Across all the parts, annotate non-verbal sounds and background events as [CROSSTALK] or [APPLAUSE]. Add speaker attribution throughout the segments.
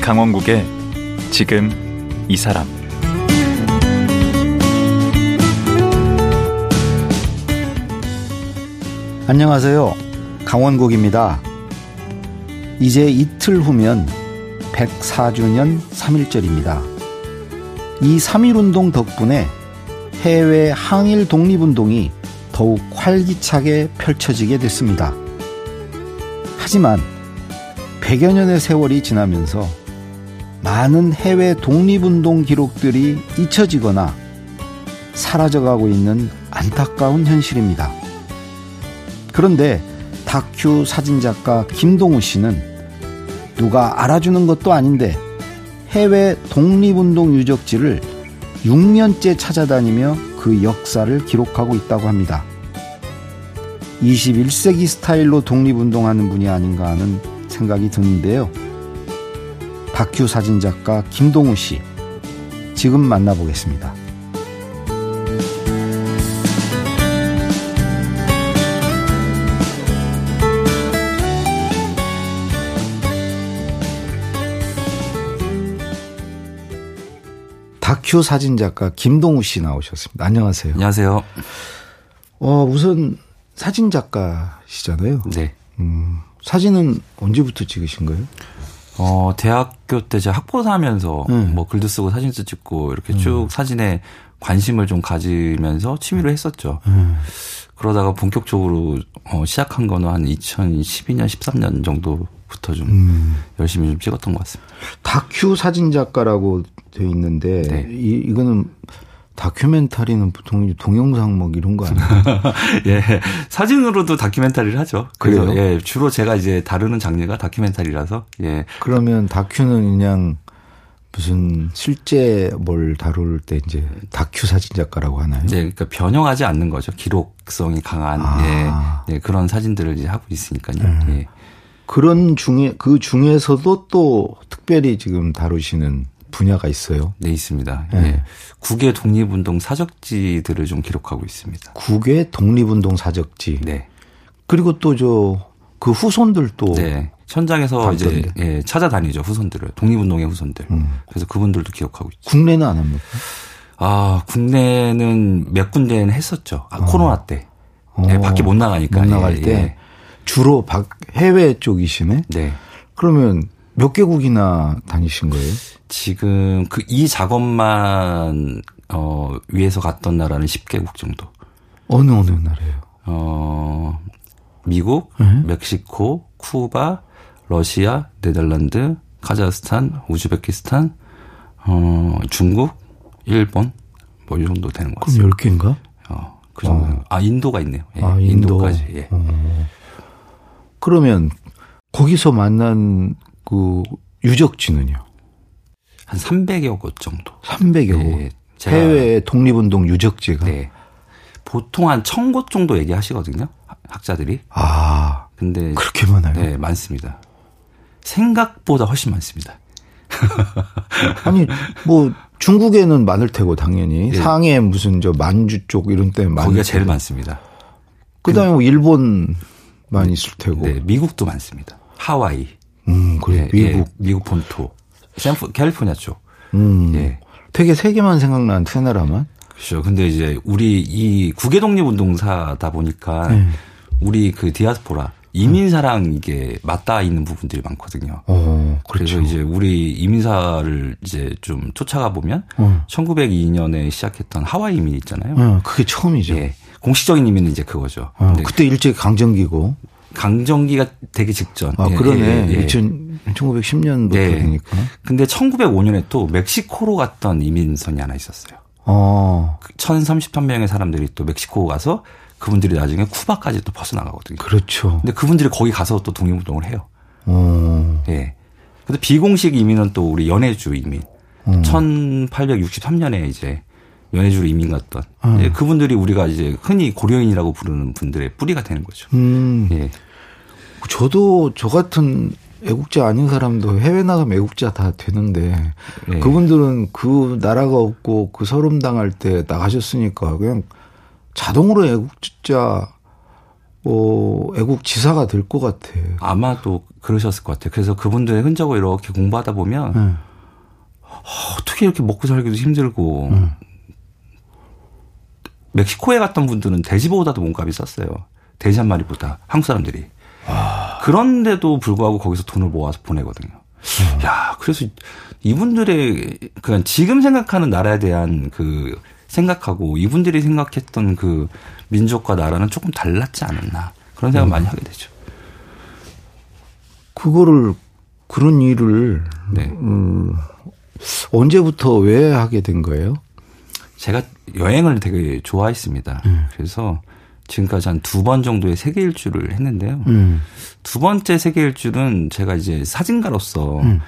Speaker 1: 강원국의 지금 이 사람
Speaker 2: 안녕하세요. 강원국입니다. 이제 이틀 후면 104주년 3.1절입니다. 이 3.1운동 덕분에 해외 항일 독립운동이 더욱 활기차게 펼쳐지게 됐습니다. 하지만 100여 년의 세월이 지나면서 많은 해외 독립운동 기록들이 잊혀지거나 사라져가고 있는 안타까운 현실입니다. 그런데 다큐 사진작가 김동우 씨는 누가 알아주는 것도 아닌데 해외 독립운동 유적지를 6년째 찾아다니며 그 역사를 기록하고 있다고 합니다. 21세기 스타일로 독립운동하는 분이 아닌가 하는 생각이 드는데요. 다큐 사진작가 김동우 씨, 지금 만나보겠습니다. 다큐 사진작가 김동우 씨 나오셨습니다. 안녕하세요.
Speaker 3: 안녕하세요.
Speaker 2: 어, 우선 사진작가시잖아요.
Speaker 3: 네.
Speaker 2: 음, 사진은 언제부터 찍으신 거예요?
Speaker 3: 어, 대학교 때 제가 학보사 하면서
Speaker 2: 음.
Speaker 3: 뭐 글도 쓰고 사진도 찍고 이렇게 쭉 사진에 관심을 좀 가지면서 취미로 했었죠.
Speaker 2: 음.
Speaker 3: 그러다가 본격적으로 어, 시작한 거는 한 2012년, 13년 정도부터 좀 열심히 좀 찍었던 것 같습니다. [LAUGHS]
Speaker 2: 다큐 사진작가라고 되어 있는데
Speaker 3: 네.
Speaker 2: 이, 이거는 다큐멘터리는 보통 이제 동영상 뭐 이런 거
Speaker 3: [LAUGHS]
Speaker 2: 아니에요?
Speaker 3: 예. 사진으로도 다큐멘터리를 하죠. 그래서
Speaker 2: 그래요?
Speaker 3: 예, 주로 제가 이제 다루는 장르가 다큐멘터리라서 예.
Speaker 2: 그러면 다큐는 그냥 무슨 실제 뭘 다룰 때 이제 다큐 사진작가라고 하나요?
Speaker 3: 이제 그러니까 변형하지 않는 거죠. 기록성이 강한
Speaker 2: 아.
Speaker 3: 예, 예, 그런 사진들을 이제 하고 있으니까요. 예.
Speaker 2: 그런 중에 그 중에서도 또 특별히 지금 다루시는 분야가 있어요.
Speaker 3: 네, 있습니다.
Speaker 2: 예.
Speaker 3: 예. 국외 독립운동 사적지들을 좀 기록하고 있습니다.
Speaker 2: 국외 독립운동 사적지
Speaker 3: 네.
Speaker 2: 그리고 또 저 그 후손들도
Speaker 3: 네. 현장에서 이제 예, 찾아다니죠, 후손들을. 독립운동의 후손들.
Speaker 2: 음.
Speaker 3: 그래서 그분들도 기억하고 있죠.
Speaker 2: 국내는 안 합니까?
Speaker 3: 아, 국내는 몇 군데는 했었죠. 아, 코로나 때. 예,
Speaker 2: 어,
Speaker 3: 밖에 못 나가니까.
Speaker 2: 못
Speaker 3: 예,
Speaker 2: 나갈
Speaker 3: 예.
Speaker 2: 때 주로 밖 해외 쪽이시네.
Speaker 3: 네.
Speaker 2: 그러면 몇 개국이나 다니신 거예요?
Speaker 3: 지금 그 이 작업만 어, 위해서 갔던 나라는 10개국 정도.
Speaker 2: 어느 어느 나라예요?
Speaker 3: 어, 미국,
Speaker 2: 네.
Speaker 3: 멕시코, 쿠바, 러시아, 네덜란드, 카자흐스탄, 우즈베키스탄, 어, 중국, 일본, 뭐 이 정도 되는 것 같습니다.
Speaker 2: 그럼 10개인가?
Speaker 3: 어, 그 정도. 아, 인도가 있네요. 예,
Speaker 2: 아, 인도.
Speaker 3: 인도. 까지 예.
Speaker 2: 그러면 거기서 만난 그 유적지는요?
Speaker 3: 한 300여 곳 정도.
Speaker 2: 300여
Speaker 3: 예,
Speaker 2: 곳.
Speaker 3: 예. 제가-
Speaker 2: 해외 독립운동 유적지가.
Speaker 3: 네. 보통 한 1000곳 정도 얘기하시거든요. 학- 학자들이.
Speaker 2: 아,
Speaker 3: 근데
Speaker 2: 그렇게 많아요.
Speaker 3: 네, 많습니다. 생각보다 훨씬 많습니다.
Speaker 2: 아니, 뭐 중국에는 많을 테고 당연히 상해 무슨 저 만주 쪽 이런 데 많을
Speaker 3: 네.
Speaker 2: 테고.
Speaker 3: 거기가 제일 많습니다.
Speaker 2: 그다음에 뭐 일본 많이 있을 테고.
Speaker 3: 네, 미국도 많습니다. 하와이,
Speaker 2: 음, 그래.
Speaker 3: 예,
Speaker 2: 미국.
Speaker 3: 예, 미국 본토, 샌프 캘리포니아 쪽.
Speaker 2: 음.
Speaker 3: 예.
Speaker 2: 되게 세 개만 생각나는 세 나라만.
Speaker 3: 그렇죠. 근데 이제 우리 이 국외 독립 운동사다 보니까
Speaker 2: 네.
Speaker 3: 우리 그 디아스포라 이민사랑 이게 맞닿아 있는 부분들이 많거든요.
Speaker 2: 어,
Speaker 3: 그래서
Speaker 2: 그렇죠.
Speaker 3: 이제 우리 이민사를 이제 좀 쫓아가 보면
Speaker 2: 어.
Speaker 3: 1902년에 시작했던 하와이 이민 있잖아요.
Speaker 2: 어, 그게 처음이죠.
Speaker 3: 예. 네. 공식적인 이민은 이제 그거죠.
Speaker 2: 어,
Speaker 3: 근데
Speaker 2: 그때 일제 강점기고.
Speaker 3: 강정기가 되기 직전.
Speaker 2: 아,
Speaker 3: 예,
Speaker 2: 그러네.
Speaker 3: 예, 예, 예.
Speaker 2: 2000, 1910년부터
Speaker 3: 네.
Speaker 2: 되니까.
Speaker 3: 근데 1905년에 또 멕시코로 갔던 이민선이 하나 있었어요.
Speaker 2: 어,
Speaker 3: 1033명의 사람들이 또 멕시코 가서 그분들이 나중에 쿠바까지 또 벗어나가거든요.
Speaker 2: 그렇죠.
Speaker 3: 근데 그분들이 거기 가서 또 독립운동을 해요.
Speaker 2: 어,
Speaker 3: 예. 근데 비공식 이민은 또 우리 연해주 이민. 1863년에 이제 연해주로 이민 갔던. 예, 그분들이 우리가 이제 흔히 고려인이라고 부르는 분들의 뿌리가 되는 거죠.
Speaker 2: 음,
Speaker 3: 예.
Speaker 2: 저도 저 같은 애국자 아닌 사람도 해외 나가면 애국자 다 되는데
Speaker 3: 예.
Speaker 2: 그분들은 그 나라가 없고 그 서름 당할 때 나가셨으니까 그냥 자동으로 애국자, 어, 애국지사가 될 것 같아.
Speaker 3: 아마도 그러셨을 것 같아요. 그래서 그분들의 흔적을 이렇게 공부하다 보면
Speaker 2: 네.
Speaker 3: 어, 어떻게 이렇게 먹고 살기도 힘들고 멕시코에 갔던 분들은 돼지보다도 몸값이 쌌어요. 돼지 한 마리보다 한국 사람들이 그런데도 불구하고 거기서 돈을 모아서 보내거든요. 야 그래서 이분들의 그냥 지금 생각하는 나라에 대한 그 생각하고 이분들이 생각했던 그 민족과 나라는 조금 달랐지 않았나 그런 생각 많이 하게 되죠.
Speaker 2: 그거를 그런 일을
Speaker 3: 네.
Speaker 2: 음, 언제부터 왜 하게 된 거예요?
Speaker 3: 제가 여행을 되게 좋아했습니다.
Speaker 2: 음.
Speaker 3: 그래서 지금까지 한 두 번 정도의 세계 일주를 했는데요.
Speaker 2: 음.
Speaker 3: 두 번째 세계 일주는 제가 이제 사진가로서
Speaker 2: 음.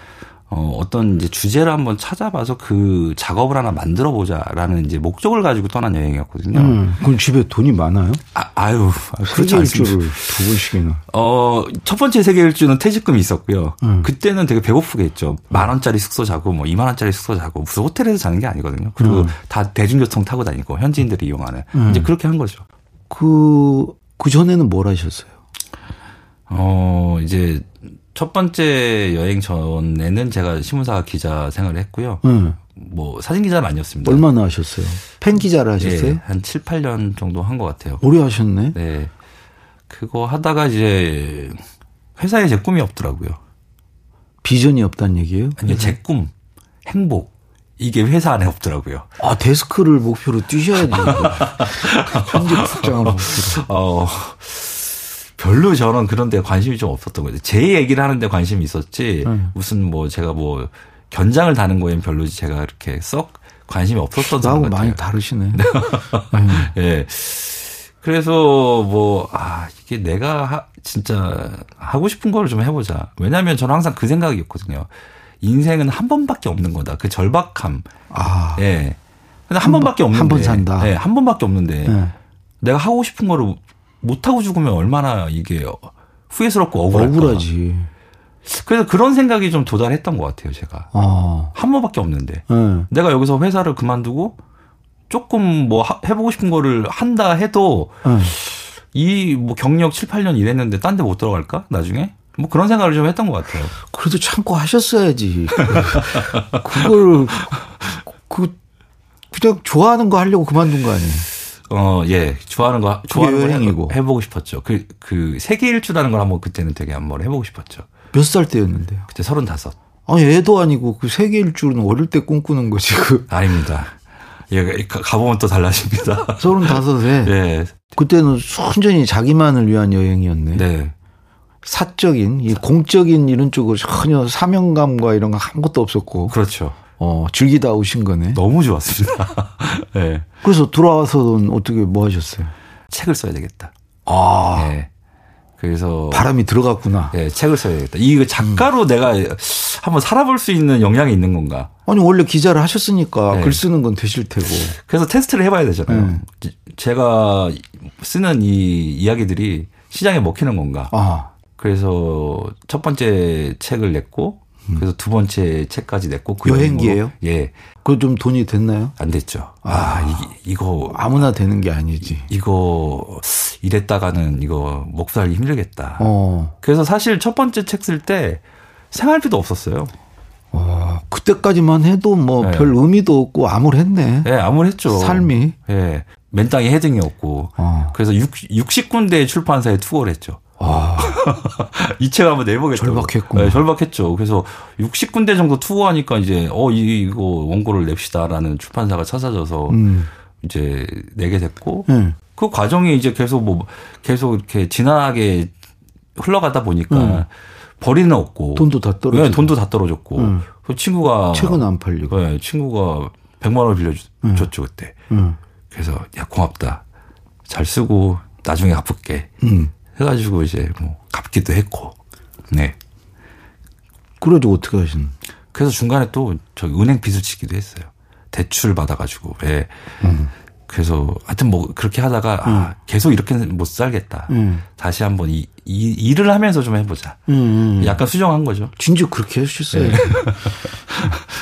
Speaker 3: 어, 어떤 이제 주제를 한번 찾아봐서 그 작업을 하나 만들어 보자라는 이제 목적을 가지고 떠난 여행이었거든요.
Speaker 2: 아, 그럼 집에 돈이 많아요?
Speaker 3: 아, 유 그렇지
Speaker 2: 음. 세계
Speaker 3: 않습니다.
Speaker 2: 일주를 두 번씩이나.
Speaker 3: 어, 첫 번째 세계 일주는 퇴직금이 있었고요.
Speaker 2: 음.
Speaker 3: 그때는 되게 배고프게 했죠. 만 원짜리 숙소 자고 뭐 2만 원짜리 숙소 자고 무슨 호텔에서 자는 게 아니거든요. 그리고
Speaker 2: 음.
Speaker 3: 다 대중교통 타고 다니고 현지인들이 이용하는 이제 그렇게 한 거죠.
Speaker 2: 그, 그 전에는 뭘 하셨어요?
Speaker 3: 어, 이제 첫 번째 여행 전에는 제가 신문사 기자 생활을 했고요.
Speaker 2: 응.
Speaker 3: 뭐 사진 기자는 아니었습니다.
Speaker 2: 네. 얼마나 하셨어요? 팬 기자를 하셨어요?
Speaker 3: 예, 한 7, 8년 정도 한 것 같아요.
Speaker 2: 오래 네. 하셨네?
Speaker 3: 네. 그거 하다가 이제 회사에 제 꿈이 없더라고요.
Speaker 2: 비전이 없다는 얘기예요?
Speaker 3: 아니요, 제 꿈, 행복 이게 회사 안에 없더라고요.
Speaker 2: 아, 데스크를 목표로 뛰셔야지. [LAUGHS] 편집 국장을 목표로.
Speaker 3: 어, 별로 저는 그런데 관심이 좀 없었던 거예요. 제 얘기를 하는데 관심이 있었지
Speaker 2: 음.
Speaker 3: 무슨 뭐 제가 뭐 견장을 다는 거엔 별로 제가 이렇게 썩 관심이 없었던 사람
Speaker 2: 나하고
Speaker 3: 같아요.
Speaker 2: 많이 다르시네.
Speaker 3: 예. 그래서 뭐, 아, 이게 내가 하- 진짜 하고 싶은 거를 좀 해보자. 왜냐면 저는 항상 그 생각이었거든요. 인생은 한 번밖에 없는 거다. 그 절박함.
Speaker 2: 아,
Speaker 3: 예. 근데 한 번밖에 없는데.
Speaker 2: 한번 산다.
Speaker 3: 예, 한 번밖에 없는데.
Speaker 2: 네.
Speaker 3: 내가 하고 싶은 거를 못하고 죽으면 얼마나 이게 후회스럽고 억울할까.
Speaker 2: 억울하지.
Speaker 3: 그래서 그런 생각이 좀 도달했던 것 같아요, 제가.
Speaker 2: 아,
Speaker 3: 한 번밖에 없는데.
Speaker 2: 예.
Speaker 3: 내가 여기서 회사를 그만두고 조금 뭐 하- 해보고 싶은 거를 한다 해도
Speaker 2: 예.
Speaker 3: 이 뭐 경력 7, 8년 일했는데 딴 데 못 들어갈까? 나중에? 뭐 그런 생각을 좀 했던 것 같아요.
Speaker 2: 그래도 참고 하셨어야지. [LAUGHS] 그걸, 그, 그냥 좋아하는 거 하려고 그만둔 거 아니에요?
Speaker 3: 어, 예. 좋아하는 거, 좋아하는 걸
Speaker 2: 여행이고.
Speaker 3: 해, 해보고 싶었죠. 그, 그, 세계 일주라는 걸 한번 그때는 되게 한번 해보고 싶었죠.
Speaker 2: 몇 살 때였는데요?
Speaker 3: 그때 35.
Speaker 2: 아니, 애도 아니고 그 세계 일주는 어릴 때 꿈꾸는 거지. 그
Speaker 3: 아닙니다. 예, 가- 가보면
Speaker 2: [LAUGHS]
Speaker 3: 또 달라집니다.
Speaker 2: 서른다섯에
Speaker 3: 예.
Speaker 2: 그때는 순전히 자기만을 위한 여행이었네.
Speaker 3: 네.
Speaker 2: 사적인, 이 공적인 이런 쪽으로 전혀 사명감과 이런 거 아무것도 없었고,
Speaker 3: 그렇죠.
Speaker 2: 어, 즐기다 오신 거네.
Speaker 3: 너무 좋았습니다. [LAUGHS] 예.
Speaker 2: 그래서 돌아와서는 어떻게 뭐 하셨어요?
Speaker 3: 책을 써야 되겠다.
Speaker 2: 아,
Speaker 3: 예. 그래서.
Speaker 2: 네. 바람이 들어갔구나.
Speaker 3: 예, 책을 써야 되겠다. 이거 작가로
Speaker 2: 음.
Speaker 3: 내가 한번 살아볼 수 있는 역량이 있는 건가.
Speaker 2: 아니, 원래 기자를 하셨으니까
Speaker 3: 네.
Speaker 2: 글 쓰는 건 되실 테고.
Speaker 3: 그래서 테스트를 해봐야 되잖아요.
Speaker 2: 음.
Speaker 3: 제- 제가 쓰는 이 이야기들이 시장에 먹히는 건가.
Speaker 2: 아,
Speaker 3: 그래서 첫 번째 책을 냈고, 그래서 두 번째 책까지 냈고. 그
Speaker 2: 음. 여행기예요?
Speaker 3: 이후로- 예,
Speaker 2: 그거 좀 돈이 됐나요?
Speaker 3: 안 됐죠. 아, 이, 이거
Speaker 2: 아무나 되는 게 아니지.
Speaker 3: 이거 이랬다가는 이거 먹고 살기 힘들겠다.
Speaker 2: 어,
Speaker 3: 그래서 사실 첫 번째 책 쓸 때 생활비도 없었어요.
Speaker 2: 어, 그때까지만 해도 뭐
Speaker 3: 네.
Speaker 2: 별 의미도 없고 암울했네.
Speaker 3: 예, 암울했죠.
Speaker 2: 삶이.
Speaker 3: 예, 맨땅에 헤딩이었고.
Speaker 2: 어.
Speaker 3: 그래서 60, 군데 출판사에 투어를 했죠.
Speaker 2: 아,
Speaker 3: 이 책 한번 내보겠다.
Speaker 2: 절박했구나.
Speaker 3: 절박했죠. 그래서 60군데 정도 투어하니까 이제 어 이- 이거 원고를 냅시다라는 출판사가 찾아줘서
Speaker 2: 음.
Speaker 3: 이제 내게 됐고
Speaker 2: 예.
Speaker 3: 그 과정이 이제 계속 뭐 계속 이렇게 진화하게 흘러가다 보니까 벌이는 없고
Speaker 2: 음. 돈도 다 떨어지고.
Speaker 3: 네, 돈도 다 떨어졌고
Speaker 2: 음.
Speaker 3: 그 친구가
Speaker 2: 책은 안 팔리고.
Speaker 3: 네, 친구가 100만 원을 빌려줬죠 그때.
Speaker 2: 음.
Speaker 3: 그래서 야 고맙다. 잘 쓰고 나중에 갚을게.
Speaker 2: 음.
Speaker 3: 해가지고 이제 뭐 갚기도 했고. 네.
Speaker 2: 그래가지고 어떻게 하시는?
Speaker 3: 그래서 중간에 또 저 은행 빚을 지기도 했어요. 대출 받아가지고. 예.
Speaker 2: 음.
Speaker 3: 그래서 하여튼 뭐 그렇게 하다가 아, 계속 이렇게 못 살겠다.
Speaker 2: 음.
Speaker 3: 다시 한번 이, 이 일을 하면서 좀 해보자.
Speaker 2: 음, 음.
Speaker 3: 약간 수정한 거죠.
Speaker 2: 진짜 그렇게 하셨어요.
Speaker 3: 네.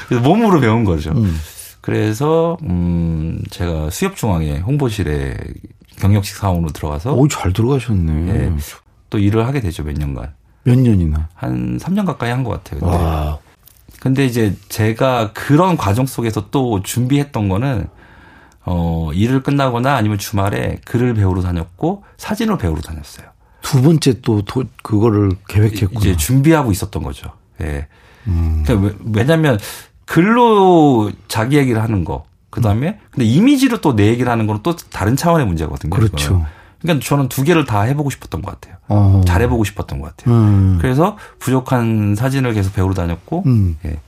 Speaker 3: 그래서 몸으로 배운 거죠.
Speaker 2: 음.
Speaker 3: 그래서 음 제가 수협중앙회 홍보실에 경력직 사원으로 들어가서
Speaker 2: 오, 잘 들어가셨네.
Speaker 3: 예. 또 일을 하게 되죠 몇 년간.
Speaker 2: 몇 년이나?
Speaker 3: 한 3년 가까이 한 것 같아요. 근데. 근데 이제 제가 그런 과정 속에서 또 준비했던 거는 어, 일을 끝나거나 아니면 주말에 글을 배우러 다녔고 사진을 배우러 다녔어요.
Speaker 2: 두 번째 또 도- 그거를 계획했구나. 음,
Speaker 3: 이제 준비하고 있었던 거죠. 예. 그러니까 왜- 왜냐면 글로 자기 얘기를 하는 거. 그다음에 근데 이미지로 또 내 얘기를 하는 거는 또 다른 차원의 문제거든요.
Speaker 2: 그렇죠.
Speaker 3: 그거는. 그러니까 저는 두 개를 다 해보고 싶었던 것 같아요.
Speaker 2: 어.
Speaker 3: 잘 해보고 싶었던 것 같아요.
Speaker 2: 음.
Speaker 3: 그래서 부족한 사진을 계속 배우러 다녔고
Speaker 2: 음.
Speaker 3: 예.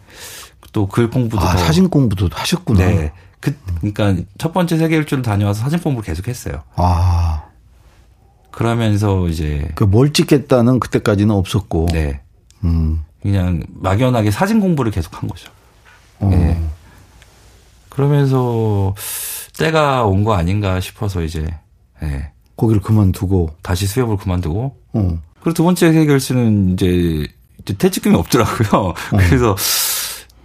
Speaker 3: 또 글 공부도
Speaker 2: 아,
Speaker 3: 더-
Speaker 2: 사진 공부도 하셨구나.
Speaker 3: 네. 그 그러니까 첫 번째 세계 일주를 다녀와서 사진 공부를 계속 했어요.
Speaker 2: 아,
Speaker 3: 그러면서 이제
Speaker 2: 그 뭘 찍겠다는 그때까지는 없었고.
Speaker 3: 네.
Speaker 2: 음.
Speaker 3: 그냥 막연하게 사진 공부를 계속 한 거죠.
Speaker 2: 어.
Speaker 3: 예. 그러면서 때가 온 거 아닌가 싶어서 이제 예,
Speaker 2: 거기를 그만두고.
Speaker 3: 다시 수협을 그만두고
Speaker 2: 어.
Speaker 3: 그리고 두 번째 해결수는 이제, 이제 퇴직금이 없더라고요. 그래서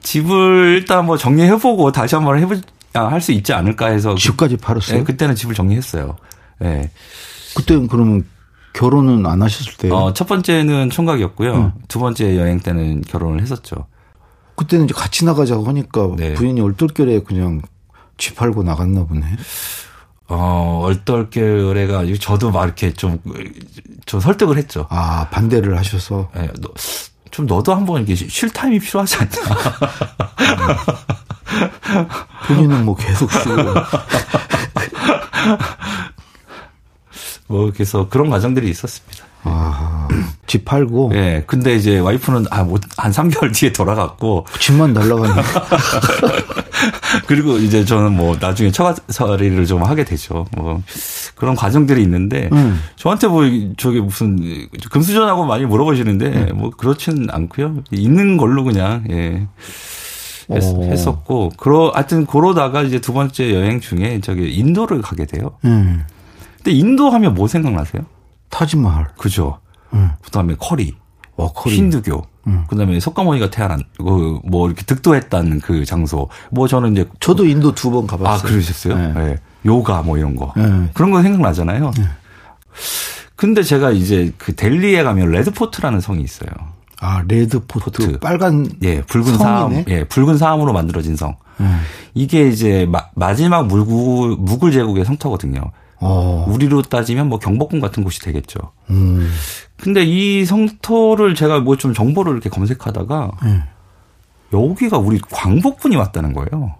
Speaker 3: 집을 일단 뭐 정리해보고 다시 한번 해보 할수 있지 않을까 해서 그-
Speaker 2: 집까지
Speaker 3: 예,
Speaker 2: 팔았어요?
Speaker 3: 그때는 집을 정리했어요. 예.
Speaker 2: 그때는 그러면 결혼은 안 하셨을 때예요?
Speaker 3: 어, 첫 번째는 총각이었고요. 두 번째 여행 때는 결혼을 했었죠.
Speaker 2: 그때는 이제 같이 나가자고 하니까
Speaker 3: 네.
Speaker 2: 부인이 얼떨결에 그냥 집 팔고 나갔나 보네.
Speaker 3: 어, 얼떨결에가 아니고 저도 막 이렇게 좀, 좀 설득을 했죠.
Speaker 2: 아 반대를 하셔서
Speaker 3: 예, 너, 좀 너도 한번 이렇게 쉴 타임이 필요하지 않냐. [LAUGHS]
Speaker 2: 본인은 뭐 계속 쉬고
Speaker 3: [LAUGHS] 뭐, 그래서 그런 과정들이 있었습니다.
Speaker 2: 아집 팔고
Speaker 3: 예, 근데 이제 와이프는 아, 뭐, 한 3개월 뒤에 돌아갔고, [LAUGHS]
Speaker 2: 집만 날라가는
Speaker 3: 그리고 이제 저는 뭐, 나중에 처가 처리를 좀 하게 되죠. 뭐, 그런 과정들이 있는데,
Speaker 2: 음.
Speaker 3: 저한테 뭐, 저게 무슨, 금수저라고 많이 물어보시는데, 뭐, 그렇진 않고요 있는 걸로 그냥, 예. 했,
Speaker 2: 오.
Speaker 3: 었고 그러, 하여튼, 그러다가 이제 두 번째 여행 중에 저기 인도를 가게 돼요.
Speaker 2: 예.
Speaker 3: 근데 인도 하면 뭐 생각나세요?
Speaker 2: 타지마할
Speaker 3: 그죠.
Speaker 2: 음.
Speaker 3: 그다음에 어, 커리,
Speaker 2: 와
Speaker 3: 힌두교. 그다음에 석가모니가 태어난 그뭐 이렇게 득도했다는 그 장소. 뭐 저는 이제
Speaker 2: 저도 인도 두 번 가봤어요.
Speaker 3: 아 그러셨어요?
Speaker 2: 네.
Speaker 3: 예. 요가 뭐 이런 거.
Speaker 2: 네.
Speaker 3: 그런 건 생각나잖아요. 근데 제가 이제 그 델리에 가면 레드포트라는 성이 있어요.
Speaker 2: 아 레드포트
Speaker 3: 포트.
Speaker 2: 빨간
Speaker 3: 예,
Speaker 2: 성이네?
Speaker 3: 붉은 사암, 예, 붉은 사암으로 만들어진 성.
Speaker 2: 예.
Speaker 3: 이게 이제 마, 지막 물구, 무굴 제국의 성터거든요.
Speaker 2: 어.
Speaker 3: 우리로 따지면 뭐 경복궁 같은 곳이 되겠죠.
Speaker 2: 음.
Speaker 3: 근데 이 성토를 제가 뭐 좀 정보를 이렇게 검색하다가
Speaker 2: 예.
Speaker 3: 여기가 우리 광복군이 왔다는 거예요.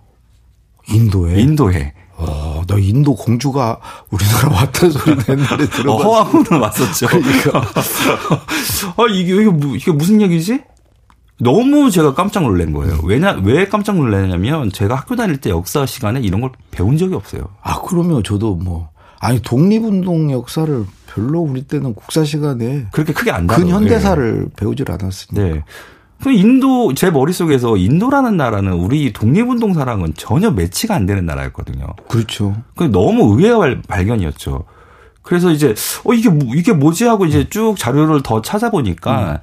Speaker 2: 인도에.
Speaker 3: 인도에.
Speaker 2: 어, 나 인도 공주가 우리나라 [LAUGHS] 왔다는 소리 옛날에
Speaker 3: 어,
Speaker 2: 들어봤어.
Speaker 3: 허황으로 왔었죠.
Speaker 2: 그러니까.
Speaker 3: [LAUGHS] 아, 이게, 이게, 무- 이게 무슨 얘기지? 너무 제가 깜짝 놀란 거예요. 왜냐, 왜 깜짝 놀랐냐면 제가 학교 다닐 때 역사 시간에 이런 걸 배운 적이 없어요.
Speaker 2: 아, 그러면 저도 뭐 아니 독립운동 역사를 별로 우리 때는 국사 시간에
Speaker 3: 그렇게 크게 안 다뤄요.
Speaker 2: 근현대사를 배우질 않았으니까.
Speaker 3: 네. 그 인도, 제 머릿속에서 인도라는 나라는 우리 독립운동사랑은 전혀 매치가 안 되는 나라였거든요.
Speaker 2: 그렇죠.
Speaker 3: 그 너무 의외의 발견이었죠. 그래서 이제 어 이게 뭐- 이게 뭐지 하고 이제
Speaker 2: 음.
Speaker 3: 쭉 자료를 더 찾아보니까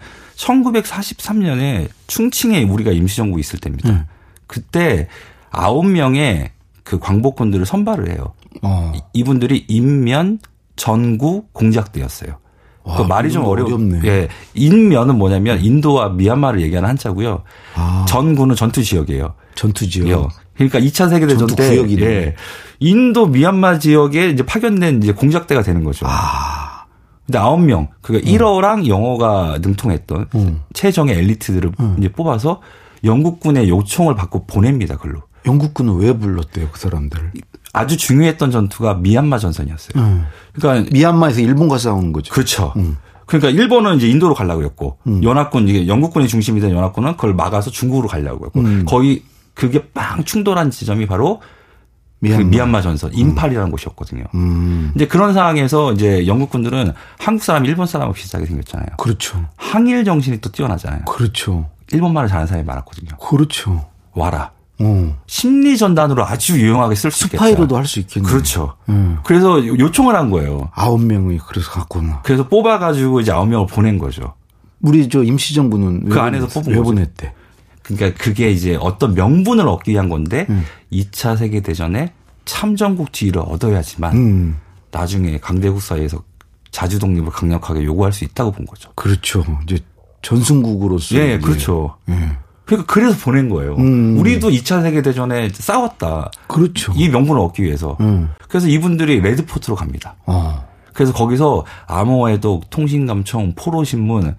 Speaker 3: 1943년에 충칭에 우리가 임시정부 있을 때입니다.
Speaker 2: 음.
Speaker 3: 그때 아홉 명의 그 광복군들을 선발을 해요.
Speaker 2: 어.
Speaker 3: 이- 이분들이 인면, 전구, 공작대였어요.
Speaker 2: 와,
Speaker 3: 그 말이 좀
Speaker 2: 이름도
Speaker 3: 어려
Speaker 2: 어렵네.
Speaker 3: 예, 인면은 뭐냐면 인도와 미얀마를 얘기하는 한자고요.
Speaker 2: 아.
Speaker 3: 전구는 전투 지역이에요.
Speaker 2: 전투 지역.
Speaker 3: 요. 그러니까 2차 세계 대전
Speaker 2: 예. 전투
Speaker 3: 때
Speaker 2: 구역이네.
Speaker 3: 예. 인도 미얀마 지역에 이제 파견된 이제 공작대가 되는 거죠.
Speaker 2: 아. 음.
Speaker 3: 근데 아홉 명 그러니까 1어랑 영어가 능통했던 최정의 엘리트들을
Speaker 2: 음.
Speaker 3: 이제 뽑아서 영국군의 요청을 받고 보냅니다. 글로.
Speaker 2: 영국군은 왜 불렀대요, 그 사람들을?
Speaker 3: 예. 아주 중요했던 전투가 미얀마 전선이었어요. 그러니까
Speaker 2: 미얀마에서 일본과 싸우는 거죠.
Speaker 3: 그렇죠.
Speaker 2: 음.
Speaker 3: 그러니까 일본은 이제 인도로 가려고 했고 연합군 이게 영국군이 중심이 된 연합군은 그걸 막아서 중국으로 가려고 했고
Speaker 2: 음.
Speaker 3: 거기 그게 빵 충돌한 지점이 바로 미얀마, 그
Speaker 2: 미얀마.
Speaker 3: 미얀마 전선 인팔이라는 곳이었거든요.
Speaker 2: 음.
Speaker 3: 이제 그런 상황에서 이제 영국군들은 한국 사람, 일본 사람하고 비슷하게 생겼잖아요.
Speaker 2: 그렇죠.
Speaker 3: 항일 정신이 또 뛰어나잖아요.
Speaker 2: 그렇죠.
Speaker 3: 일본 말을 잘하는 사람이 많았거든요.
Speaker 2: 그렇죠.
Speaker 3: 와라.
Speaker 2: 어.
Speaker 3: 심리 전단으로 아주 유용하게 쓸 수 있겠다.
Speaker 2: 스파이로도 할 수 있겠네.
Speaker 3: 그렇죠.
Speaker 2: 음.
Speaker 3: 그래서 요청을 한 거예요.
Speaker 2: 아홉 명이 그래서 갔구나.
Speaker 3: 그래서 뽑아가지고 이제 아홉 명을 보낸 거죠.
Speaker 2: 우리 저 임시정부는
Speaker 3: 그 안에서 뽑은
Speaker 2: 왜
Speaker 3: 거죠.
Speaker 2: 보냈대?
Speaker 3: 그러니까 그게 이제 어떤 명분을 얻기 위한 건데 2차 세계 대전에 참전국지위를 얻어야지만
Speaker 2: 음.
Speaker 3: 나중에 강대국 사이에서 자주 독립을 강력하게 요구할 수 있다고 본 거죠.
Speaker 2: 그렇죠. 이제 전승국으로서.
Speaker 3: 예,
Speaker 2: 이제.
Speaker 3: 그렇죠.
Speaker 2: 예.
Speaker 3: 그러니까 그래서 보낸 거예요.
Speaker 2: 음.
Speaker 3: 우리도 2차 세계 대전에 싸웠다.
Speaker 2: 그렇죠.
Speaker 3: 이 명분을 얻기 위해서.
Speaker 2: 음.
Speaker 3: 그래서 이분들이 레드포트로 갑니다.
Speaker 2: 어.
Speaker 3: 그래서 거기서 암호 해독, 통신감청, 포로신문,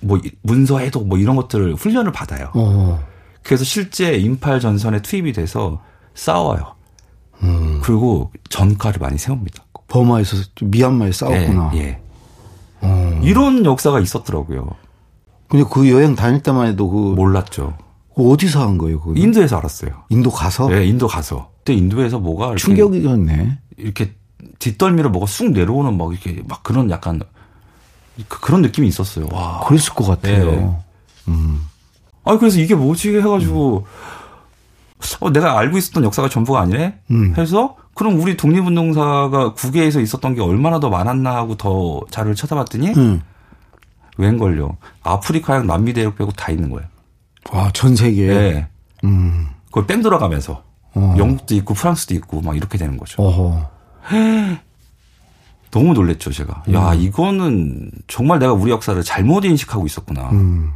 Speaker 3: 뭐 이- 문서 해독 뭐 이런 것들을 훈련을 받아요.
Speaker 2: 어.
Speaker 3: 그래서 실제 인팔 전선에 투입이 돼서 싸워요.
Speaker 2: 음.
Speaker 3: 그리고 전과를 많이 세웁니다.
Speaker 2: 버마에서 좀 미얀마에 싸웠구나.
Speaker 3: 예, 예.
Speaker 2: 어.
Speaker 3: 이런 역사가 있었더라고요.
Speaker 2: 근데 그 여행 다닐 때만 해도 그
Speaker 3: 몰랐죠.
Speaker 2: 그거 어디서 한 거예요? 그거
Speaker 3: 인도에서 알았어요.
Speaker 2: 인도 가서
Speaker 3: 예, 인도 가서. 그때 인도에서 뭐가 이렇게
Speaker 2: 충격이었네.
Speaker 3: 이렇게 뒷덜미로 뭐가 쑥 내려오는 막 이렇게 막 그런 약간 그, 런 느낌이 있었어요. 와. 예,
Speaker 2: 그랬을 것 같아요. 음.
Speaker 3: 아니 그래서 이게 뭐지 해가지고 어, 내가 알고 있었던 역사가 전부가 아니네.
Speaker 2: 음.
Speaker 3: 해서 그럼 우리 독립운동사가 국외에서 있었던 게 얼마나 더 많았나 하고 더 자료를 찾아봤더니
Speaker 2: 음.
Speaker 3: 웬걸요. 아프리카랑 남미 대륙 빼고 다 있는 거예요.
Speaker 2: 와, 전 세계.
Speaker 3: 예.
Speaker 2: 음.
Speaker 3: 그걸 뺑 돌아가면서
Speaker 2: 어.
Speaker 3: 영국도 있고 프랑스도 있고 막 이렇게 되는 거죠.
Speaker 2: 어허.
Speaker 3: 너무 놀랬죠 제가.
Speaker 2: 예.
Speaker 3: 야 이거는 정말 내가 우리 역사를 잘못 인식하고 있었구나.
Speaker 2: 음.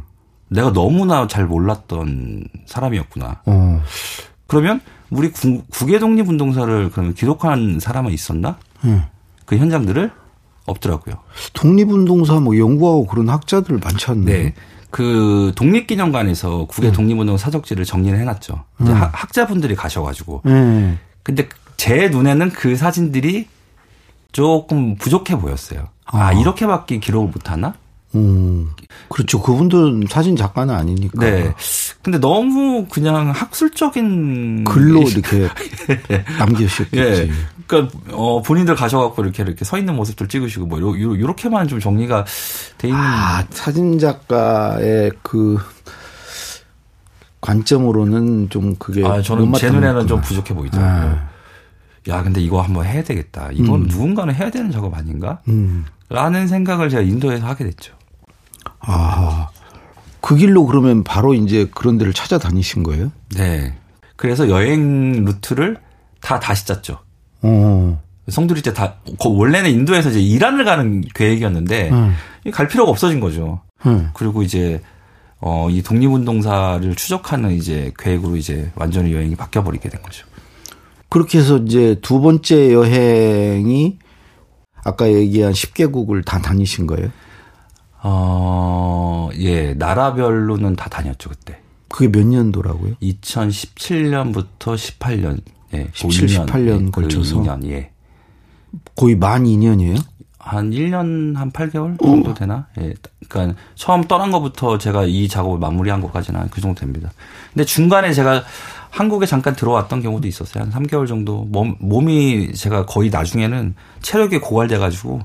Speaker 3: 내가 너무나 잘 몰랐던 사람이었구나.
Speaker 2: 어.
Speaker 3: 그러면 우리 구- 국외 독립 운동사를 그러면 기록한 사람은 있었나?
Speaker 2: 음.
Speaker 3: 그 현장들을 없더라고요.
Speaker 2: 독립운동사 뭐 연구하고 그런 학자들 많지 않나요?
Speaker 3: 네. 그 독립기념관에서
Speaker 2: 음.
Speaker 3: 국외 독립운동 사적지를 정리를 해놨죠. 이제 하- 학자분들이 가셔가지고. 네.
Speaker 2: 예.
Speaker 3: 근데 제 눈에는 그 사진들이 조금 부족해 보였어요. 아,
Speaker 2: 아.
Speaker 3: 이렇게밖에 기록을 못하나?
Speaker 2: 음. 그렇죠. 그분들은 사진 작가는 아니니까.
Speaker 3: 네. 근데 너무 그냥 학술적인
Speaker 2: 글로
Speaker 3: [LAUGHS]
Speaker 2: 이렇게 남기셨겠지.
Speaker 3: 음. 예. 그러니까 어 본인들 가셔갖고 이렇게 이렇게 서 있는 모습들 찍으시고 뭐 요, 요, 요렇게만 좀 정리가 돼 있는.
Speaker 2: 아, 사진 작가의 그 관점으로는 좀 그게
Speaker 3: 아, 저는
Speaker 2: 못마땅했구나.
Speaker 3: 제 눈에는 좀 부족해 보이더라고요.
Speaker 2: 아.
Speaker 3: 야, 근데 이거 한번 해야 되겠다. 이건 누군가는 해야 되는 작업 아닌가?
Speaker 2: 음.
Speaker 3: 라는 생각을 제가 인도에서 하게 됐죠.
Speaker 2: 아. 그 길로 그러면 바로 이제 그런 데를 찾아다니신 거예요?
Speaker 3: 네. 그래서 여행 루트를 다 다시 짰죠.
Speaker 2: 어.
Speaker 3: 성두리째 다, 그 원래는 인도에서 이제 이란을 가는 계획이었는데,
Speaker 2: 음.
Speaker 3: 이갈 필요가 없어진 거죠.
Speaker 2: 음.
Speaker 3: 그리고 이제, 어, 이 독립운동사를 추적하는 이제 계획으로 이제 완전히 여행이 바뀌어버리게 된 거죠.
Speaker 2: 그렇게 해서 이제 두 번째 여행이 아까 얘기한 10개국을 다 다니신 거예요?
Speaker 3: 어, 예, 나라별로는 다 다녔죠, 그때.
Speaker 2: 그게 몇 년도라고요?
Speaker 3: 2017년부터 18년, 예, 그
Speaker 2: 17,
Speaker 3: 2년,
Speaker 2: 18년
Speaker 3: 예,
Speaker 2: 걸쳐서?
Speaker 3: 그 2년, 예.
Speaker 2: 거의 만 2년이에요?
Speaker 3: 한 1년, 한 8개월 정도 되나? 예. 그러니까 처음 떠난 것부터 제가 이 작업을 마무리한 것까지는 한 그 정도 됩니다. 근데 중간에 제가 한국에 잠깐 들어왔던 경우도 있었어요. 한 3개월 정도. 몸, 몸이 제가 거의 나중에는 체력이 고갈돼가지고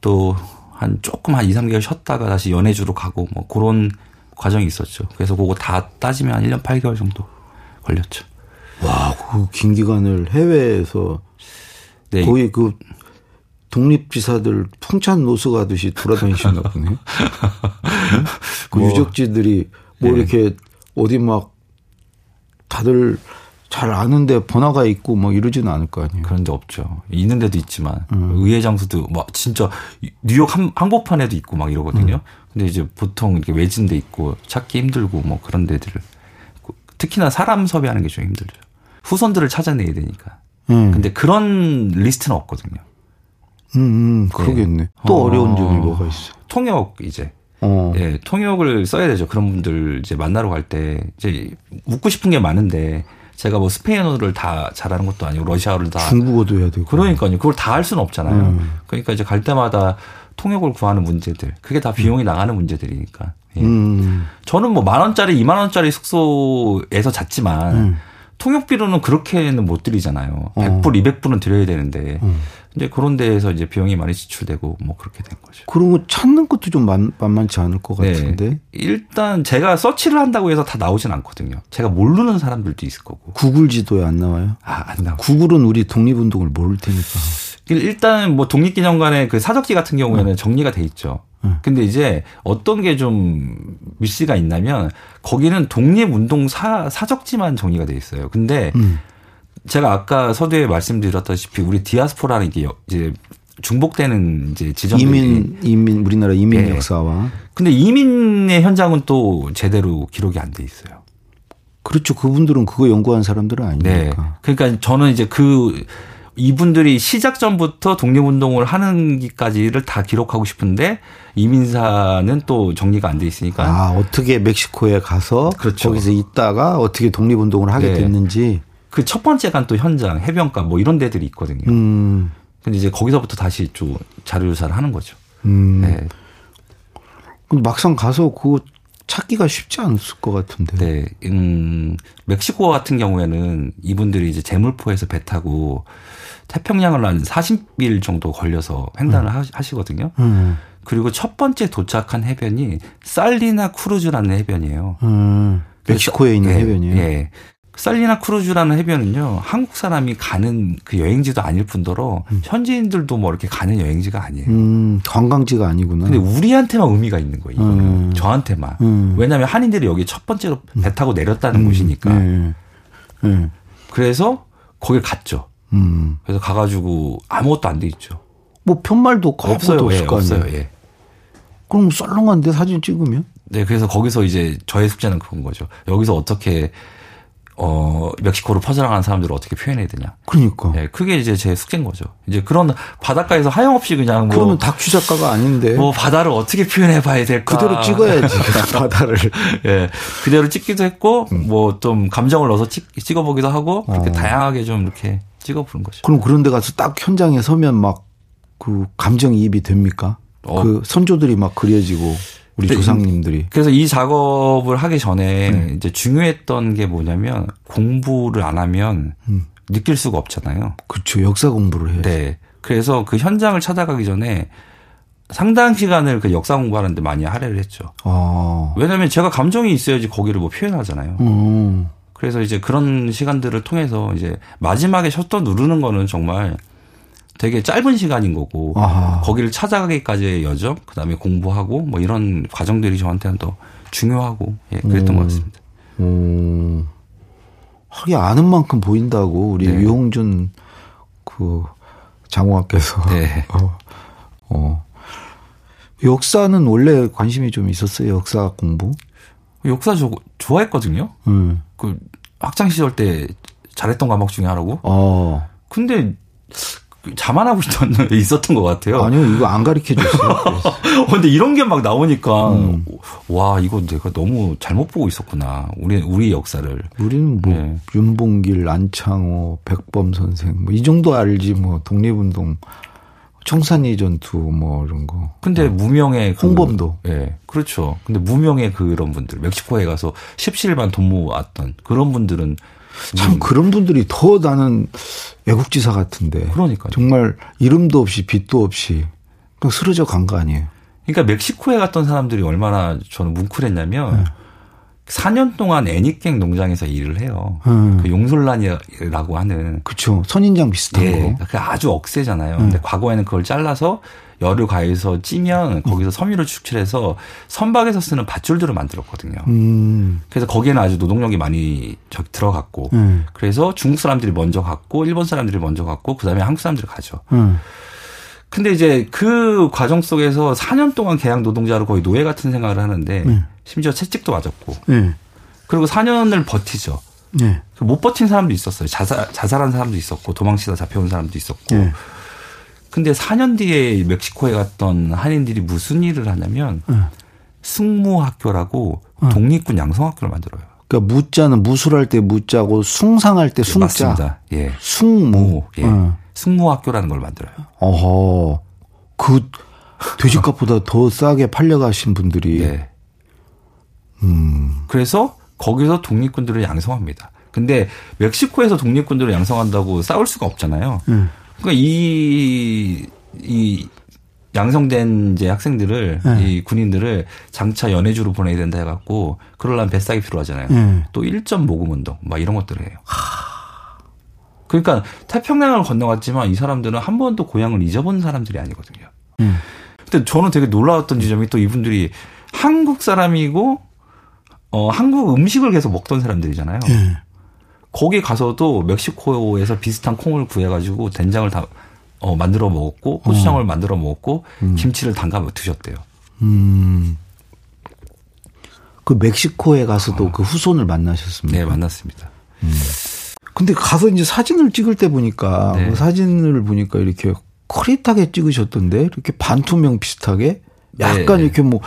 Speaker 3: 또 한 조금 한 2, 3개월 쉬었다가 다시 연해주로 가고 뭐 그런 과정이 있었죠. 그래서 그거 다 따지면 한 1년 8개월 정도 걸렸죠. 아,
Speaker 2: 와, 그 긴 기간을 해외에서
Speaker 3: 네.
Speaker 2: 거의 그 독립지사들 풍찬 노수 가듯이 돌아다니셨나 보네.
Speaker 3: [LAUGHS]
Speaker 2: 그 유적지들이
Speaker 3: 예.
Speaker 2: 뭐 이렇게 어디 막 다들 잘 아는데 번화가 있고 막 이러지는 않을 거 아니에요.
Speaker 3: 그런 데 없죠. 있는 데도 있지만
Speaker 2: 음.
Speaker 3: 의회 장소도 막 진짜 뉴욕 한, 한복판에도 있고 막 이러거든요.
Speaker 2: 음.
Speaker 3: 근데 이제 보통 이렇게 외진 데 있고 찾기 힘들고 뭐 그런 데들을 특히나 사람 섭외하는 게 좀 힘들죠. 후손들을 찾아내야 되니까.
Speaker 2: 음.
Speaker 3: 예. 근데 그런 리스트는 없거든요.
Speaker 2: 음, 음, 그러겠네. 또
Speaker 3: 어.
Speaker 2: 어려운 점이 뭐가 있어?
Speaker 3: 통역 이제
Speaker 2: 어.
Speaker 3: 예, 통역을 써야 되죠. 그런 분들 이제 만나러 갈 때 이제 묻고 싶은 게 많은데 제가 뭐 스페인어를 다 잘하는 것도 아니고 러시아어를 다
Speaker 2: 중국어도 해야 되고.
Speaker 3: 그러니까요. 그걸 다 할 수는 없잖아요. 그러니까 이제 갈 때마다 통역을 구하는 문제들. 그게 다 비용이 나가는 문제들이니까. 예.
Speaker 2: 음.
Speaker 3: 저는 뭐 만 원짜리, 이만 원짜리 숙소에서
Speaker 2: 음.
Speaker 3: 잤지만
Speaker 2: 예.
Speaker 3: 통역비로는 그렇게는 못 드리잖아요. 100불, 200불은 드려야 되는데. 이제 그런 데에서 이제 비용이 많이 지출되고 뭐 그렇게 된 거죠.
Speaker 2: 그런 거 찾는 것도 좀 만, 만만치 않을 것
Speaker 3: 네.
Speaker 2: 같은데.
Speaker 3: 일단 제가 서치를 한다고 해서 다 나오진 않거든요. 제가 모르는 사람들도 있을 거고.
Speaker 2: 구글 지도에 안 나와요?
Speaker 3: 아, 안 나오고.
Speaker 2: 구글은 우리 독립운동을 모를 테니까.
Speaker 3: 일단 뭐 독립기념관의 그 사적지 같은 경우에는 정리가 돼 있죠. 근데 이제 어떤 게 좀 미씨가 있냐면 거기는 독립운동 사 사적지만 정리가 돼 있어요. 근데 제가 아까 서두에 말씀드렸다시피 우리 디아스포라는 게 여- 이제 중복되는 이제 그 지점들이
Speaker 2: 이민 이민 우리나라 이민
Speaker 3: 예.
Speaker 2: 역사와
Speaker 3: 근데 이민의 현장은 또 제대로 기록이 안 돼 있어요.
Speaker 2: 그렇죠. 그분들은 그거 연구한 사람들은
Speaker 3: 네.
Speaker 2: 아니니까.
Speaker 3: 그러니까 저는 이제 그 이분들이 시작 전부터 독립운동을 하는 기까지를 다 기록하고 싶은데 이민사는 또 정리가 안 돼 있으니까
Speaker 2: 아 어떻게 멕시코에 가서
Speaker 3: 그러니까 그렇죠.
Speaker 2: 거기서 있다가 어떻게 독립운동을 하게
Speaker 3: 네.
Speaker 2: 됐는지.
Speaker 3: 그 첫 번째가 또 현장 해변가 뭐 이런 데들이 있거든요.
Speaker 2: 음,
Speaker 3: 근데 이제 거기서부터 다시 좀 자료 조사를 하는 거죠.
Speaker 2: 음.
Speaker 3: 네.
Speaker 2: 근데 막상 가서 그거 찾기가 쉽지 않을 것 같은데.
Speaker 3: 네, 음, 멕시코 같은 경우에는 이분들이 이제 제물포에서 배 타고 태평양을 한 40일 정도 걸려서 횡단을 하- 하시거든요.
Speaker 2: 음,
Speaker 3: 그리고 첫 번째 도착한 해변이 살리나 크루즈라는 해변이에요.
Speaker 2: 음. 멕시코에 있는
Speaker 3: 예,
Speaker 2: 해변이에요.
Speaker 3: 예. 살리나 크루즈라는 해변은요, 한국 사람이 가는 그 여행지도 아닐 뿐더러 현지인들도 뭐 이렇게 가는 여행지가 아니에요.
Speaker 2: 음, 관광지가 아니구나.
Speaker 3: 근데 우리한테만 의미가 있는 거예요. 이거는.
Speaker 2: 음.
Speaker 3: 저한테만.
Speaker 2: 음.
Speaker 3: 왜냐하면 한인들이 여기 첫 번째로 배 타고 내렸다는 곳이니까.
Speaker 2: 예. 예.
Speaker 3: 그래서 거길 갔죠.
Speaker 2: 음.
Speaker 3: 그래서 가가지고 아무것도 안 돼 있죠.
Speaker 2: 뭐 편말도 없어
Speaker 3: 없어요.
Speaker 2: 도
Speaker 3: 예,
Speaker 2: 없을 거 아니에요.
Speaker 3: 없어요. 예.
Speaker 2: 그럼 썰렁한데 사진 찍으면?
Speaker 3: 네, 그래서 거기서 이제 저의 숙제는 그런 거죠. 여기서 어떻게 어 멕시코로 퍼져나가는 사람들을 어떻게 표현해야 되냐.
Speaker 2: 그러니까.
Speaker 3: 예, 그게 이제 제 숙제인 거죠. 이제 그런 바닷가에서 하염없이 그냥 뭐,
Speaker 2: 그러면 다큐 작가가 아닌데
Speaker 3: 뭐 아. 바다를 어떻게 표현해봐야 될까.
Speaker 2: 그대로
Speaker 3: [LAUGHS]
Speaker 2: 찍어야지 바다를.
Speaker 3: 예, 그대로 찍기도 했고 뭐 좀 감정을 넣어서 찍, 찍어보기도 하고
Speaker 2: 음.
Speaker 3: 그렇게
Speaker 2: 어.
Speaker 3: 다양하게 좀 이렇게 찍어보는 거죠.
Speaker 2: 그럼 그런데 가서 딱 현장에 서면 막 그 감정이입이 됩니까?
Speaker 3: 어.
Speaker 2: 그 선조들이 막 그려지고 우리
Speaker 3: 네,
Speaker 2: 조상님들이.
Speaker 3: 그래서 이 작업을 하기 전에
Speaker 2: 음.
Speaker 3: 이제 중요했던 게 뭐냐면 공부를 안 하면
Speaker 2: 음.
Speaker 3: 느낄 수가 없잖아요.
Speaker 2: 그쵸 역사 공부를 해요.
Speaker 3: 네. 그래서 그 현장을 찾아가기 전에 상당 시간을 그 역사 공부하는데 많이 할애를 했죠.
Speaker 2: 아.
Speaker 3: 왜냐면 제가 감정이 있어야지 거기를 뭐 표현하잖아요.
Speaker 2: 음.
Speaker 3: 그래서 이제 그런 시간들을 통해서 이제 마지막에 셔터 누르는 거는 정말 되게 짧은 시간인 거고
Speaker 2: 아하.
Speaker 3: 거기를 찾아가기까지의 여정, 그다음에 공부하고 뭐 이런 과정들이 저한테는 더 중요하고 예, 그랬던
Speaker 2: 음.
Speaker 3: 것 같습니다.
Speaker 2: 오. 음, 하게 아는 만큼 보인다고 우리
Speaker 3: 네.
Speaker 2: 유홍준 그 장호학께서
Speaker 3: 네.
Speaker 2: [LAUGHS] 어. 어. 역사는 원래 관심이 좀 있었어요. 역사 공부.
Speaker 3: 그 역사 저, 좋아했거든요.
Speaker 2: 음.
Speaker 3: 그 학창 시절 때 잘했던 과목 중에 하나고.
Speaker 2: 어.
Speaker 3: 근데 그 자만하고 있던 [LAUGHS] 있었던 것 같아요.
Speaker 2: 아니요, 이거 안 가르쳐 줬어요.
Speaker 3: [LAUGHS]
Speaker 2: 그래서.
Speaker 3: 근데 이런 게 막 나오니까
Speaker 2: 음.
Speaker 3: 와 이거 내가 너무 잘못 보고 있었구나. 우리 우리 역사를.
Speaker 2: 우리는 뭐
Speaker 3: 네.
Speaker 2: 윤봉길, 안창호, 백범 선생 뭐 이 정도 알지 뭐 독립운동, 청산리 전투 뭐 이런 거.
Speaker 3: 근데 무명의 그-
Speaker 2: 홍범도.
Speaker 3: 예, 그렇죠. 근데 무명의 그런 분들, 멕시코에 가서 17일만 돈 모았던 그런 분들은 음.
Speaker 2: 참 그런 분들이 더 나는 애국지사 같은데.
Speaker 3: 그러니까요.
Speaker 2: 정말 이름도 없이 빚도 없이 그냥 쓰러져 간 거 아니에요.
Speaker 3: 그러니까 멕시코에 갔던 사람들이 얼마나 저는
Speaker 2: 네.
Speaker 3: 뭉클했냐면 4년 동안 애니깽 농장에서 일을 해요.
Speaker 2: 음.
Speaker 3: 그 용솔란이라고 하는
Speaker 2: 그쵸. 선인장 비슷한
Speaker 3: 예,
Speaker 2: 거.
Speaker 3: 그 아주 억세잖아요.
Speaker 2: 음.
Speaker 3: 근데 과거에는 그걸 잘라서 열을 가해서
Speaker 2: 음.
Speaker 3: 찌면 거기서 섬유를 추출해서 선박에서 쓰는 밧줄들을 만들었거든요.
Speaker 2: 음.
Speaker 3: 그래서 거기에는 아주 노동력이 많이 저- 들어갔고
Speaker 2: 음.
Speaker 3: 그래서 중국 사람들이 먼저 갔고 일본 사람들이 먼저 갔고 그다음에 한국 사람들이 가죠.
Speaker 2: 음.
Speaker 3: 근데 이제 그 과정 속에서 4년 동안 계약 노동자로 거의 노예 같은 생활을 하는데
Speaker 2: 네.
Speaker 3: 심지어 채찍도 맞았고
Speaker 2: 예.
Speaker 3: 그리고 4년을 버티죠.
Speaker 2: 예.
Speaker 3: 못 버틴 사람도 있었어요. 자살 자살한 사람도 있었고 도망치다 잡혀온 사람도 있었고.
Speaker 2: 예.
Speaker 3: 근데 4년 뒤에 멕시코에 갔던 한인들이 무슨 일을 하냐면 승무학교라고 독립군 양성학교를 만들어요.
Speaker 2: 그러니까 무자는 무술할 때 무자고 숭상할 때 숭자.
Speaker 3: 예, 맞습니다. 예.
Speaker 2: 숭무.
Speaker 3: 오, 예.
Speaker 2: 어.
Speaker 3: 승무학교라는 걸 만들어요.
Speaker 2: 어허. 그 돼지값보다 더 싸게 팔려가신 분들이
Speaker 3: 예. 그래서 거기서 독립군들을 양성합니다. 근데 멕시코에서 독립군들을 양성한다고 싸울 수가 없잖아요.
Speaker 2: 예.
Speaker 3: 그러니까 이, 이 양성된 이제 학생들을, 이 군인들을 장차 연해주로 보내야 된다 해갖고, 그러려면 뱃삭이 필요하잖아요.
Speaker 2: 네.
Speaker 3: 또 1점 모금 운동, 막 이런 것들을 해요. 그러니까 태평양을 건너갔지만 이 사람들은 한 번도 고향을 잊어본 사람들이 아니거든요. 근데 저는 되게 놀라웠던 지점이 또 이분들이 한국 사람이고 어 한국 음식을 계속 먹던 사람들이잖아요. 거기 가서도 멕시코에서 비슷한 콩을 구해가지고 된장을 다 어, 만들어 먹었고 고추장을 만들어 먹었고 김치를 담가 드셨대요.
Speaker 2: 음. 그 멕시코에 가서도 그 후손을 만나셨습니다.
Speaker 3: 아. 네, 만났습니다.
Speaker 2: 근데 가서 이제 사진을 찍을 때 보니까
Speaker 3: 네.
Speaker 2: 그 사진을 보니까 이렇게 커릿하게 찍으셨던데 이렇게 반투명 비슷하게 약간
Speaker 3: 네.
Speaker 2: 이렇게 뭐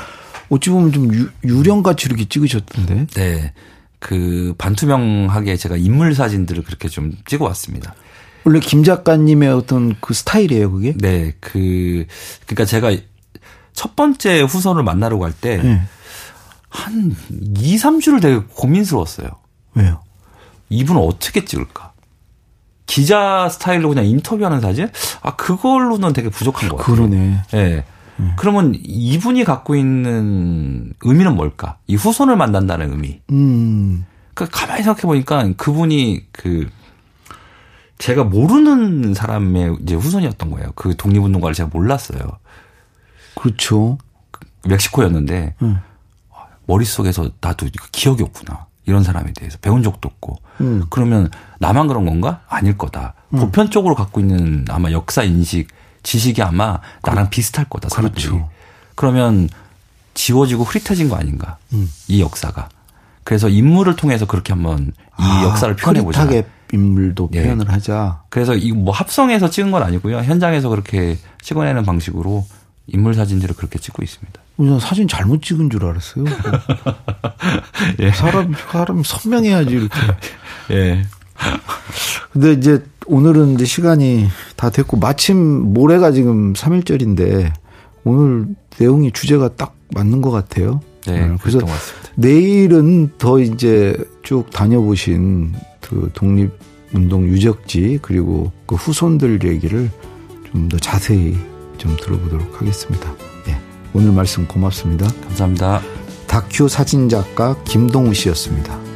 Speaker 2: 어찌 보면 좀 유, 유령같이 이렇게 찍으셨던데
Speaker 3: 네. 그 반투명하게 제가 인물 사진들을 그렇게 좀 찍어 왔습니다.
Speaker 2: 원래 김 작가님의 어떤 그 스타일이에요 그게
Speaker 3: 네, 그 그러니까 제가 첫 번째 후손을 만나러 갈 때
Speaker 2: 음.
Speaker 3: 한
Speaker 2: 네.
Speaker 3: 2, 3주를 되게 고민스러웠어요.
Speaker 2: 왜요?
Speaker 3: 이분은 어떻게 찍을까? 기자 스타일로 그냥 인터뷰하는 사진? 아, 그걸로는 되게 부족한 것 같아요.
Speaker 2: 그러네.
Speaker 3: 예. 그러면 이분이 갖고 있는 의미는 뭘까? 이 후손을 만난다는 의미.
Speaker 2: 음.
Speaker 3: 그 가만히 생각해 보니까 그분이 그 제가 모르는 사람의 이제 후손이었던 거예요. 그 독립운동가를 제가 몰랐어요.
Speaker 2: 그렇죠.
Speaker 3: 멕시코였는데
Speaker 2: 음.
Speaker 3: 머릿속에서 나도 이거 기억이 없구나. 이런 사람에 대해서 배운 적도 없고.
Speaker 2: 음.
Speaker 3: 그러면 나만 그런 건가? 아닐 거다. 보편적으로 갖고 있는 아마 역사 인식, 지식이 아마 나랑 비슷할 거다. 사람들이.
Speaker 2: 그, 그렇죠.
Speaker 3: 그러면 지워지고 흐릿해진 거 아닌가?
Speaker 2: 음.
Speaker 3: 이 역사가. 그래서 인물을 통해서 그렇게 한번 이
Speaker 2: 아,
Speaker 3: 역사를 표현해 보자.
Speaker 2: 흐릿하게 인물도
Speaker 3: 예.
Speaker 2: 표현을 하자.
Speaker 3: 그래서 이 뭐 합성해서 찍은 건 아니고요. 현장에서 그렇게 찍어내는 방식으로 인물 사진들을 그렇게 찍고 있습니다.
Speaker 2: 저는 사진 잘못 찍은 줄
Speaker 3: [LAUGHS]
Speaker 2: 알았어요. 사람 사람 선명해야지 이렇게.
Speaker 3: 예.
Speaker 2: 근데 이제 오늘은 이제 시간이 다 됐고 마침 모레가 지금 3일절인데 오늘 내용이 주제가 딱 맞는 것 같아요.
Speaker 3: 네,
Speaker 2: 음,
Speaker 3: 그랬던 것 같습니다.
Speaker 2: 내일은 더 이제 쭉 다녀보신 그 독립운동 유적지 그리고 그 후손들 얘기를 좀 더 자세히 좀 들어보도록 하겠습니다. 예, 오늘 말씀 고맙습니다.
Speaker 3: 감사합니다.
Speaker 2: 다큐 사진작가 김동우 씨였습니다.